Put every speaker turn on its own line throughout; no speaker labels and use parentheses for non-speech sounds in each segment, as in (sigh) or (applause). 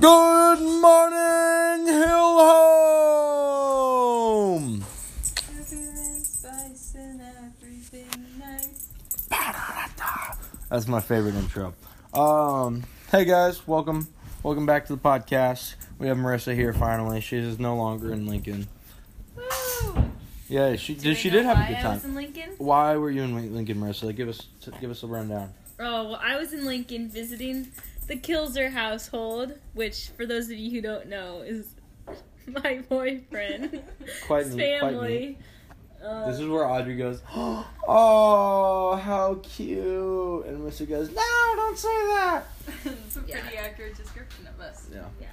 Good morning, Hill Home! That's my favorite intro. Um, hey guys, welcome, welcome back to the podcast. We have Marissa here finally. She is no longer in Lincoln.
Woo!
Yeah, she
Do
did. She
they know
did have
why
a good
I
time.
was in Lincoln.
Why were you in Lin- Lincoln, Marissa? Give us, give us a rundown.
Oh, well, I was in Lincoln visiting the Kilzer household, which, for those of you who don't know, is (laughs) my (laughs) boyfriend,
Quite
his
neat, quite
family. Uh,
This is where Audrey goes, (gasps) "Oh, how cute!" And Marissa goes, "No, don't say that."
it's a pretty
Yeah.
accurate description of us.
Yeah.
yeah.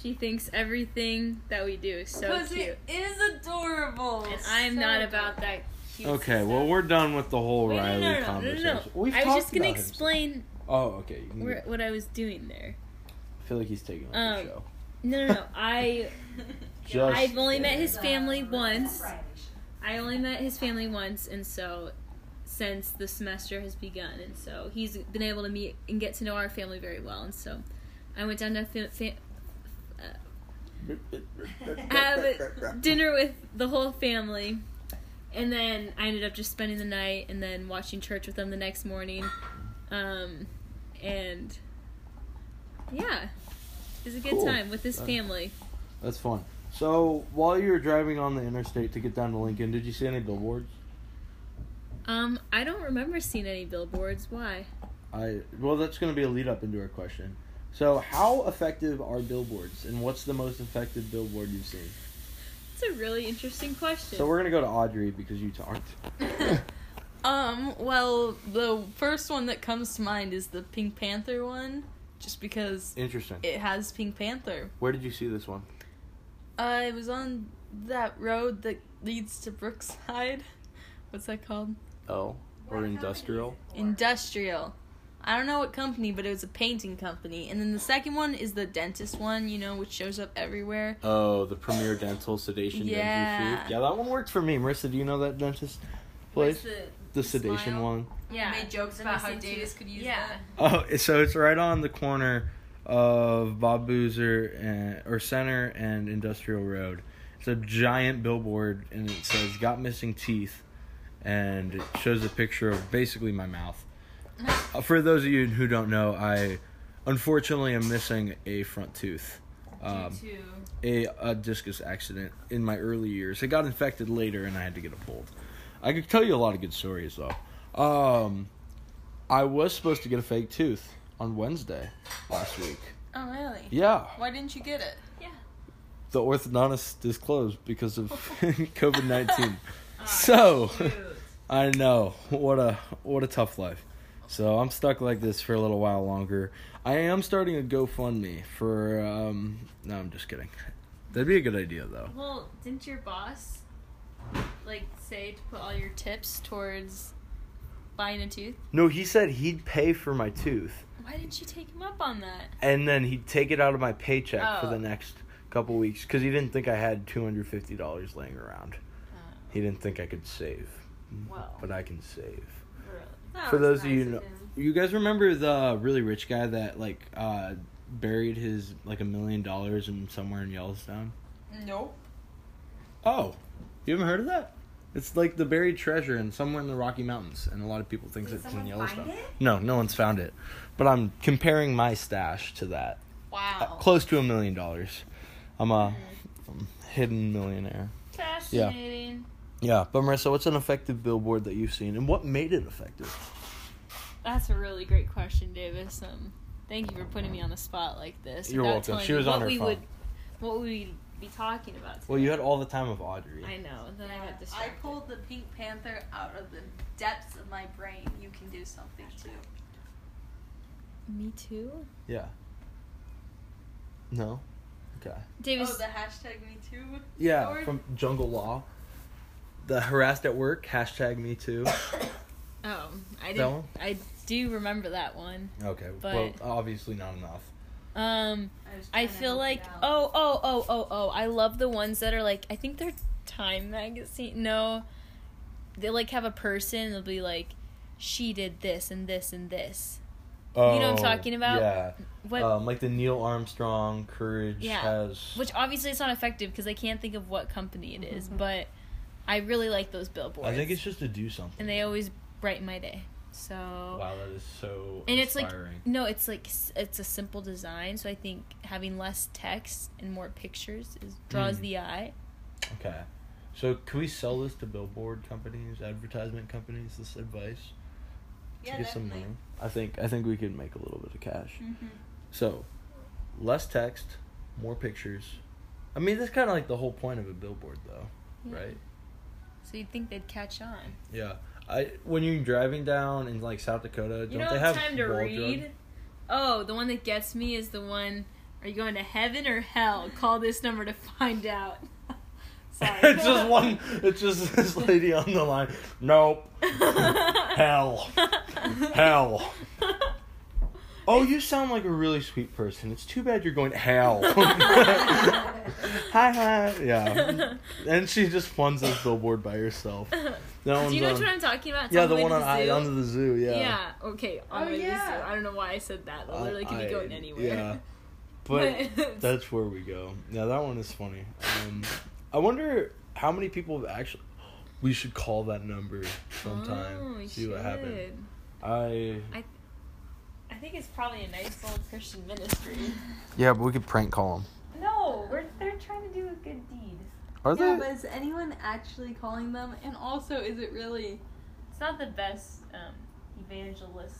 She thinks everything that we do is so
Because
cute,
it is adorable.
and I'm
So
not
adorable.
about that. Cute
Okay,
stuff.
well, we're done with the whole
Wait,
Riley
no, no, no, no, no,
conversation.
no,
We've
I was just
talked
gonna
about him.
explain
Oh, okay. You can
where, what I was doing there.
I feel like he's taking over the
Um,
show. (laughs)
No, no, no. I
(laughs)
Just
I've only met his family once. I only met his family once, and so since the semester has begun, and so he's been able to meet and get to know our family very well, and so I went down to fa- fa- uh, have dinner with the whole family, and then I ended up just spending the night and then watching church with them the next morning, um, and yeah, it was a good
Cool.
time with his
Fun.
family.
That's fun. So, while you were driving on the interstate to get down to Lincoln, did you see any billboards?
Um, I don't remember seeing any billboards. Why?
I well, that's going to be a lead up into our question. So, how effective are billboards, and what's the most effective billboard you've seen?
It's a really interesting question.
So, we're going to go to Audrey because you
(laughs)
talked.
Um, well, the first one that comes to mind is the Pink Panther one, just because
Interesting.
it has Pink Panther.
Where did you see this one?
Uh, it was on that road that leads to Brookside. (laughs) What's that called?
Oh, or industrial?
Industrial. I don't know what company, but it was a painting company. And then the second one is the dentist one, you know, which shows up everywhere.
Oh, the Premier Dental Sedation
Dentistry. Yeah.
Yeah, that one worked for me. Marissa, do you know that dentist place? the sedation
smile?
one.
yeah,
Made jokes
the
about how
missing tooth.
Davis could use
yeah.
that.
Oh, it- so it's right on the corner of Bob Boozer and or Center and Industrial Road. It's a giant billboard, and it says "Got missing teeth," and it shows a picture of basically my
(laughs)
mouth. Uh, For those of you who don't know, I unfortunately am missing a front tooth. Um, a, a discus accident in my early years. It got infected later, and I had to get a pulled. I could tell you a lot of good stories though. Um, I was supposed to get a fake tooth on Wednesday last week.
Oh, really?
Yeah,
Why didn't you get it?
the orthodontist is closed because of (laughs) COVID nineteen. so I know what a what a tough life. So I'm stuck like this for a little while longer. I am starting a GoFundMe for. Um, no, I'm just kidding. That'd be a good idea though.
Well, didn't your boss like say to put all your tips towards buying a tooth?
No, he said he'd pay for my tooth
Why didn't you take him up on that?
and then he'd take it out of my paycheck for
Oh.
the next couple weeks because he didn't think I had $250 laying around.
Oh.
He didn't think I could save,
Well,
but I can save.
Oh,
For those of you know, you guys remember the really rich guy that like uh buried his like a million dollars in somewhere in Yellowstone?
Nope.
Oh, you haven't heard of that? It's like the buried treasure in somewhere in the Rocky Mountains, and a lot of people think
Did
it's in
someone
Yellowstone.
find it?
No, no one's found it, but I'm comparing my stash to that. Uh,
Wow.
close to a million dollars. I'm a um, hidden millionaire.
Fascinating.
Yeah, but Marissa, what's an effective billboard that you've seen, and what made it effective?
That's a really great question, Davis. Um, thank you for putting me on the spot like this.
You're
without
welcome.
telling
She
me
was on
what
her
we
phone.
Would, what we would be talking about.
Well, you had all the time of Audrey.
I know. Then I got
I
distracted.
pulled the Pink Panther out of the depths of my brain. You can do something too.
Me too.
Yeah. No. Okay.
Davis.
oh, the hashtag me too.
Yeah,
Or-
from Jungle Law. The harassed at work hashtag Me Too. (coughs)
oh, I
That
didn't.
one?
I do remember that one.
Okay,
But-
well, obviously not enough.
Um.
I, was
I
trying to
feel
help
like
you out.
oh oh oh oh oh I love the ones that are like I think they're Time magazine. No, they like have a person. They'll be like, she did this and this and this.
Oh,
You know what I'm talking about?
Yeah.
What?
um, like the Neil Armstrong Courage
Yeah.
has.
which obviously it's not effective because I can't think of what company it is, but I really like those billboards.
Mm-hmm. I think it's just to do something.
and they always brighten my day. So
Wow, that is so.
and it's like
inspiring.
no, it's like s- it's a simple design. So I think having less text and more pictures is, draws
Mm.
the eye.
Okay. So can we sell this to billboard companies, advertisement companies? This advice
Yeah,
to get some
definitely.
money. I think I think we could make a little bit of cash.
Mm-hmm.
Mhm.
So, less text, more pictures. I mean, that's kind of like the whole point of a billboard, though,
Yeah.
right?
So you'd think they'd catch on.
Yeah. I when you're driving down in like South Dakota, don't
you know
they
what
have
time to
wall
read?
drug-
Oh, the one that gets me is the one. Are you going to heaven or hell? Call this number to find out. (laughs) Sorry.
(laughs) it's just one.
(laughs)
It's just this lady on the line. Nope. Hell.
(laughs)
Hell. Oh, you sound like a really sweet person. It's too bad you're going to hell.
(laughs)
hi hi. Yeah. And she just funds this billboard by herself. That
Do you know
one's
which
on-
one I'm talking about? It's
yeah,
on
the
way
one
to
on I,
zoo.
under the zoo. Yeah.
Yeah. Okay. On
Oh,
the way to the zoo.
yeah.
I don't know why I said that. That
I-
literally could
I-
be going anywhere. (laughs)
Yeah. But that's where we go. Yeah, that one is funny. Um, I wonder how many people have actually. We should call that number sometime.
Oh, we
see what happens.
should.
I.
I think it's probably a nice little Christian ministry.
Yeah, but we could prank call them.
(laughs) No, we're they're trying to do a good deed.
Are
Yeah,
they?
but is anyone actually calling them? And also, is it really?
It's not the best um, evangelist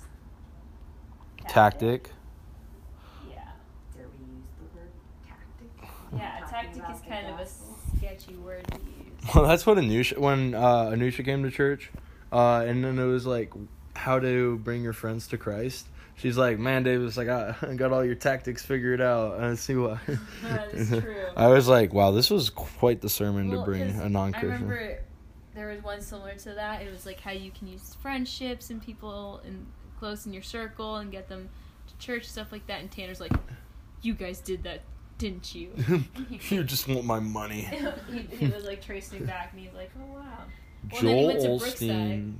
Tactic.
Yeah.
Dare we use the word
(laughs)
tactic?
Yeah, a tactic
Talking about
is
the
kind of a
gospel.
sketchy word to
(laughs)
use.
Well, that's what Anusha when uh, Anusha came to church, uh, and then it was like how to bring your friends to Christ. She's like, man, Davis, like I I got all your tactics figured out. I see what. (laughs)
That's true.
I was like, wow, this was quite the sermon
Well,
to bring
'cause
a non-Christian.
I remember (laughs) there was one similar to that. It was like how you can use friendships and people and close in your circle and get them to church stuff like that. And Tanner's like, "You guys did that,
(laughs)
didn't you?"
(laughs)
(laughs)
you just want my money.
he, he was like tracing back, and he's like, "Oh wow." Well, then he
Joel
went to
Olstein,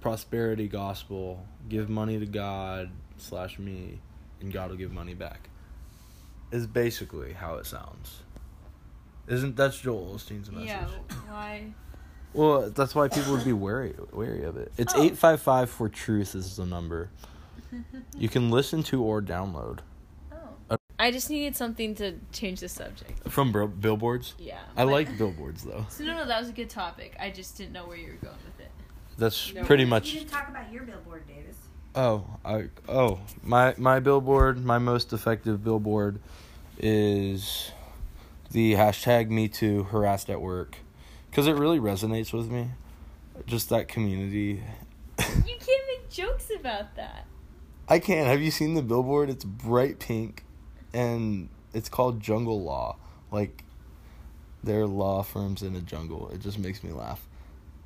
prosperity gospel, give money to God slash me, and God will give money back. Is basically how it sounds. Isn't that's Joel Olstein's message?
Yeah. Why?
Well, that's why people would be wary wary of it. It's
Oh.
eight five five for truth is the number. You can listen to or download
Oh. I just needed something to change the subject.
from bro- billboards.
Oh, Yeah.
I
but-
like billboards though.
So no, no, that was a good topic. I just didn't know where you were going with it.
That's
No.
pretty
You
much
didn't talk about your billboard, Davis.
Oh, I oh my my billboard, my most effective billboard is the hashtag Me Too harassed at work because it really resonates with me. Just that community. (laughs)
You can't make jokes about that.
I can't. Have you seen the billboard? It's bright pink, and it's called Jungle Law. Like, there are law firms in a jungle. It just makes me laugh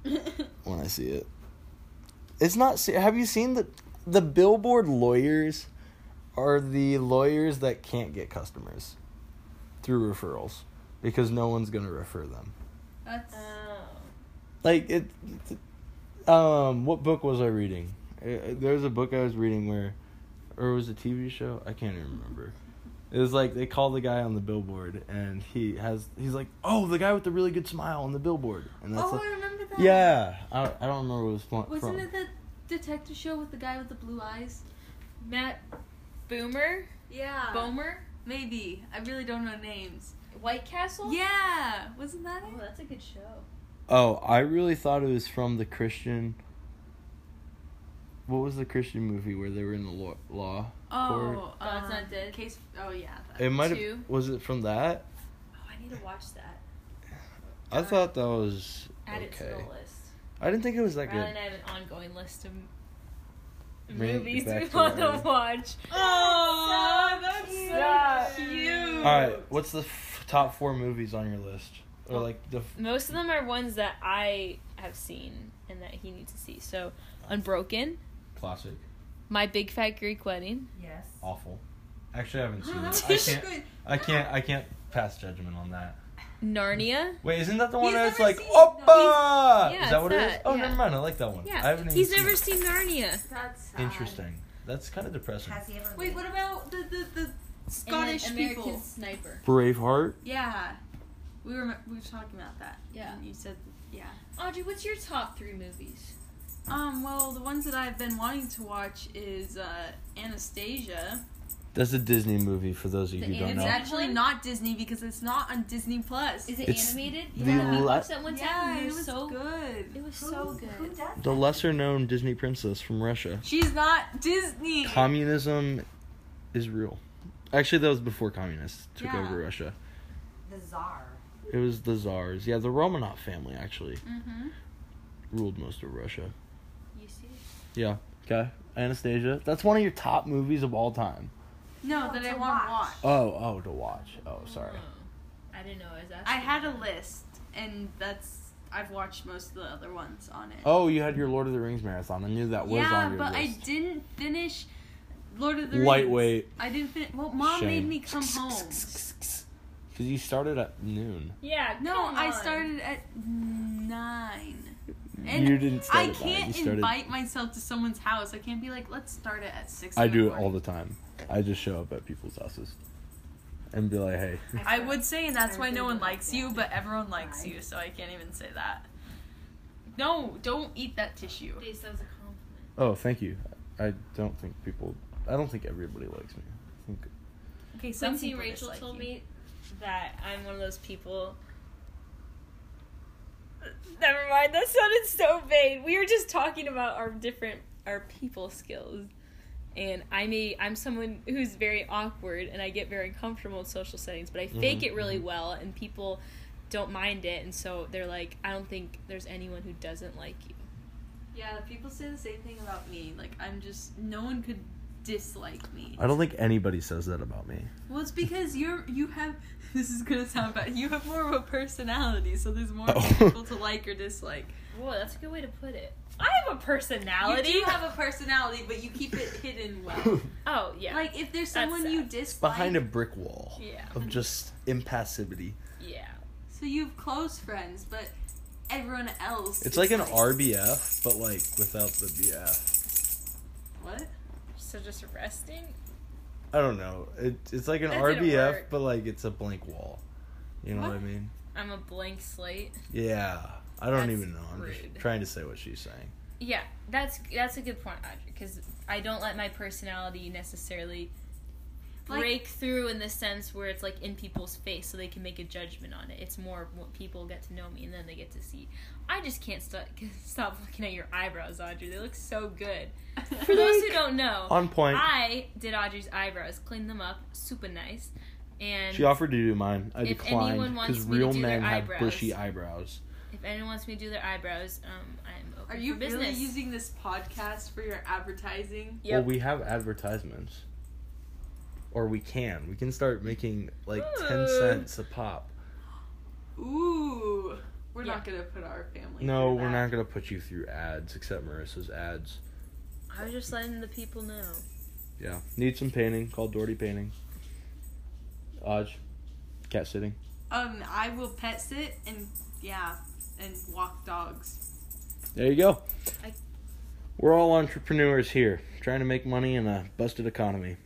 when I see it. It's not. se- Have you seen the the billboard lawyers? Are the lawyers that can't get customers through referrals because no one's gonna refer them.
That's
Oh.
Like it. it- Um, what book was I reading? Uh, There was a book I was reading where, or was it a TV show? I can't even remember. It was like they call the guy on the billboard, and he has he's like, oh, the guy with the really good smile on the billboard, and that's
oh,
like,
I remember that.
yeah, I don't, I don't remember what it was fro-
Wasn't
from.
it the detective show with the guy with the blue eyes?
Matt Boomer? Uh,
Yeah.
Bomer?
Maybe. I really don't know names.
White Castle?
Yeah. Wasn't that
Oh,
it?
that's a good show.
Oh, I really thought it was from the Christian. What was the Christian movie where they were in the law? law? Court?
Oh,
God's
um,
Not Dead?
Case. Oh yeah. that.
it might have.
Two.
Was it from that?
Oh, I need to watch that. Uh,
I thought that was
Add it to the
okay.
list.
I didn't think it was that
Riley
good.
and I have an ongoing list of m-
Bring it
uh, movies (laughs)
back
we
to
want to
Riley.
watch.
Aw, that's so
Stop.
cute.
All right, what's the f- top four movies on your list, or like the? F-
Most of them are ones that I have seen and that he needs to see. So, Unbroken,
Classic,
My Big Fat Greek Wedding.
Yes.
awful. Actually, I haven't
Oh,
seen
that
(laughs)
it. I
was
can't.
good.
I can't. I can't pass judgment on that.
Narnia.
Wait, isn't that the one
He's
that's
never
like
seen it, though.
Oppa?
He's-
is
yeah,
that what
it's
it is?
that,
Oh,
yeah.
never mind. I like that one. I
Yeah.
haven't even
He's
seen
never
it.
seen Narnia.
That's sad.
Interesting.
That's kind of depressing.
Has he ever?
Wait, what about the the, the
And then
Scottish
American
people?
Sniper.
Braveheart.
Yeah, we were we were talking about that.
Yeah.
And you said yeah.
Audrey, what's your top three movies?
Um, well, the ones that I've been wanting to watch is uh, Anastasia.
That's a Disney movie for those of you who
The
don't
Anna
It's
know.
Zach-
actually not Disney because it's not on Disney Plus.
Is it
It's
animated?
the
yeah, we
le-
watched that one time.
yeah,
and we
it
were
was
so
good.
It was
Who-
so
Who
good.
does that?
The lesser known Disney princess from Russia.
She's not Disney.
Communism is real. Actually, that was before communists took
Yeah.
over Russia.
The czar.
It was the czars. Yeah, the Romanov family actually
mm-hmm.
ruled most of Russia.
You see?
Yeah. Okay. Anastasia. That's one of your top movies of all time.
No,
No,
that
to
I want to watch.
watch.
Oh, oh, to watch. Oh, sorry.
Oh. I didn't know I was asking.
I had a
that.
list, and that's I've watched most of the other ones on it.
Oh, you had your Lord of the Rings marathon. I knew that was
yeah,
on your
but
list.
I didn't finish Lord of the Rings.
Lightweight.
I didn't finish. Well, mom
Shame.
made me
(laughs)
come home.
Because you started at noon.
Yeah.
No,
come
I
on.
started at nine.
you didn't start at
I
nine, you
can't
started-
invite myself to someone's house. I can't be like, let's start it at six.
I do it all the time. I just show up at people's houses and be like, hey.
I would say, and that's
I
why no
really
one
don't
likes
want
you, but everyone likes
Why?
you, so I can't even say that. No, don't eat that tissue.
Please, that was a compliment.
Oh, thank you. I don't think people. I don't think everybody likes me. I think
Okay, some
Quincy and
people
Rachel
dislike
told
you.
me that I'm one of those people. Never mind. That sounded so vain. We were just talking about our different our people skills, and I may I'm someone who's very awkward and I get very uncomfortable in social settings, but I fake
Mhm,
it really
mhm.
well, and people don't mind it, and so they're like, I don't think there's anyone who doesn't like you.
Yeah, people say the same thing about me. Like, I'm just no one could dislike me.
I don't think anybody says that about me.
(laughs)
Well, it's because you're you have. (laughs) This is gonna sound bad. You have more of a personality, so there's more
Oh.
people to like or dislike.
Whoa, that's a good way to put it. I have a personality.
You do have a personality, but you keep it hidden
(laughs)
well.
oh yeah,
Like if there's
That's
someone you
sad.
dislike,
Behind a brick wall
yeah,
of just impassivity.
yeah.
so you have close friends, but everyone else.
It's
is
like an RBF, but like without the BF.
What?
So just resting.
I don't know. It, it's like an
That didn't
RBF,
work.
but like it's a blank wall. You know what, I
What?
mean?
I'm a blank slate.
Yeah. I don't
That's
even know. I'm
rude.
just trying to say what she's saying.
Yeah, that's that's a good point, Audrey, because I don't let my personality necessarily
Like-
break through in the sense where it's like in people's face, so they can make a judgment on it. It's more of what people get to know me, and then they get to see. I just can't st- (laughs) stop looking at your eyebrows, Audrey. They look so good. For those who don't know,
On point.
I did Audrey's eyebrows, cleaned them up, super nice, and
She offered to do mine. I
If
declined
anyone
because
wants me to
real
do their
men have
eyebrows-
bushy eyebrows.
if anyone wants me to do their eyebrows, um, I'm
(laughs)
open
Are you
for business.
really using this podcast for your advertising?
Yep.
Well, we have advertisements, or we can. We can start making like ten
Ooh.
cents a pop.
Ooh, we're not
Yeah.
gonna put our family.
No,
through
we're
that.
not gonna put you through ads, except Marissa's ads.
I was just letting the people know.
Yeah, need some painting. Called Doherty Painting. Odge, cat sitting.
Um, I will pet sit and yeah, and walk dogs.
There you go.
I-
We're all entrepreneurs here, trying to make money in a busted economy.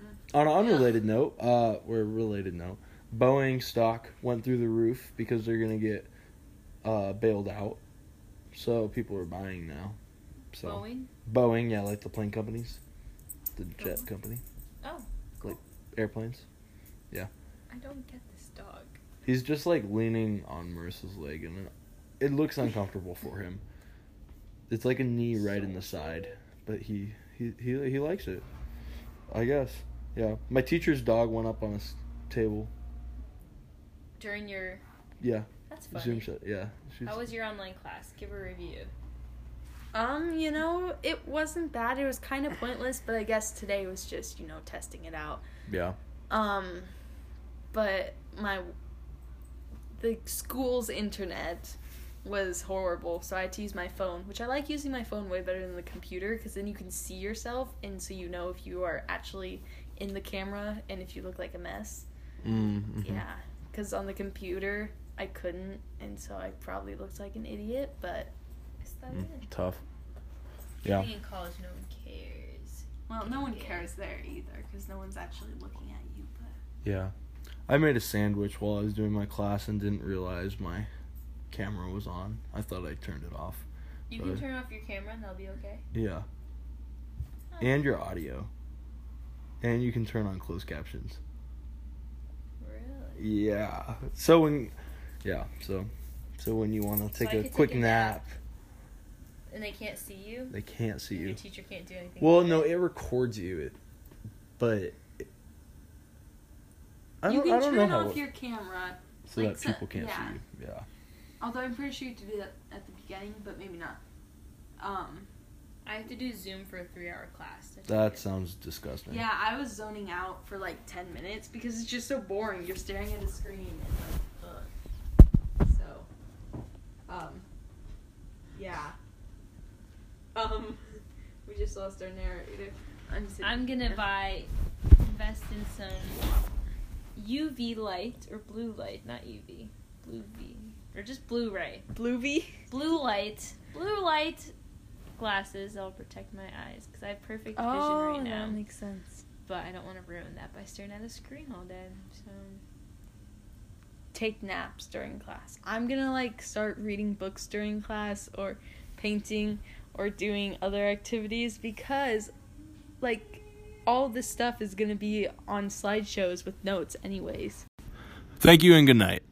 Mm.
On an unrelated note, uh, or a related note, Boeing stock went through the roof because they're gonna get uh, bailed out, so people are buying now. So
Boeing.
Boeing, yeah, like the plane companies, the jet
Boeing?
company,
Oh,
airplanes.
I don't get this dog.
He's just like leaning on Marissa's leg, and it, it looks uncomfortable for him. It's like a knee right in the side, but he he he he likes it. I guess. Yeah, my teacher's dog went up on his table.
During your
Yeah,
that's funny.
Zoom shot. Yeah, she's,
How was your online class? Give a review.
Um, you know, it wasn't bad. It was kind of pointless, but I guess today was just you know testing it out.
yeah.
Um, but my the school's internet was horrible, so I had to use my phone, which I like using my phone way better than the computer because then you can see yourself and so you know if you are actually in the camera and if you look like a mess.
Mm, mhm.
Yeah, because on the computer I couldn't, and so I probably looked like an idiot. But
Is that
Mm,
it?
tough. Yeah.
Being in college, no one cares.
Well, no one cares there either because no one's actually looking at you. But
Yeah. I made a sandwich while I was doing my class and didn't realize my camera was on. I thought I turned it off.
You
Right.
can turn off your camera and they'll be okay. Oh,
Yeah. And your audio. And you can turn on closed captions.
Really?
Yeah. So when yeah, so so when you want to
So I
take
could
a
take
quick
a
nap,
nap. And they can't see you.
they can't see
Your
you.
teacher can't do anything.
Well, no, it records you, it, but it, I
you
don't,
can
I don't
turn
know how
off
it-
your camera,
so
like,
that
so-
people can't
yeah.
see you. Yeah.
although I'm pretty sure you have to do that at the beginning, but maybe not. Um,
I have to do Zoom for a three-hour class. to do
That
it.
sounds disgusting.
yeah, I was zoning out for like 10 minutes because it's just so boring. You're staring at a screen and like, ugh. So, um, yeah. Um, (laughs) we just lost our narrator. I'm sitting
I'm gonna
here.
buy, invest in some UV light or blue light, not UV, blue V, or just blue ray,
Bluey.
blue light, blue light glasses that'll protect my eyes because I have perfect vision right now.
Oh, makes sense.
but I don't want to ruin that by staring at a screen all day. So
Take naps during class. I'm gonna like start reading books during class or painting or doing other activities because like all this stuff is gonna be on slideshows with notes anyways.
Thank you and good night.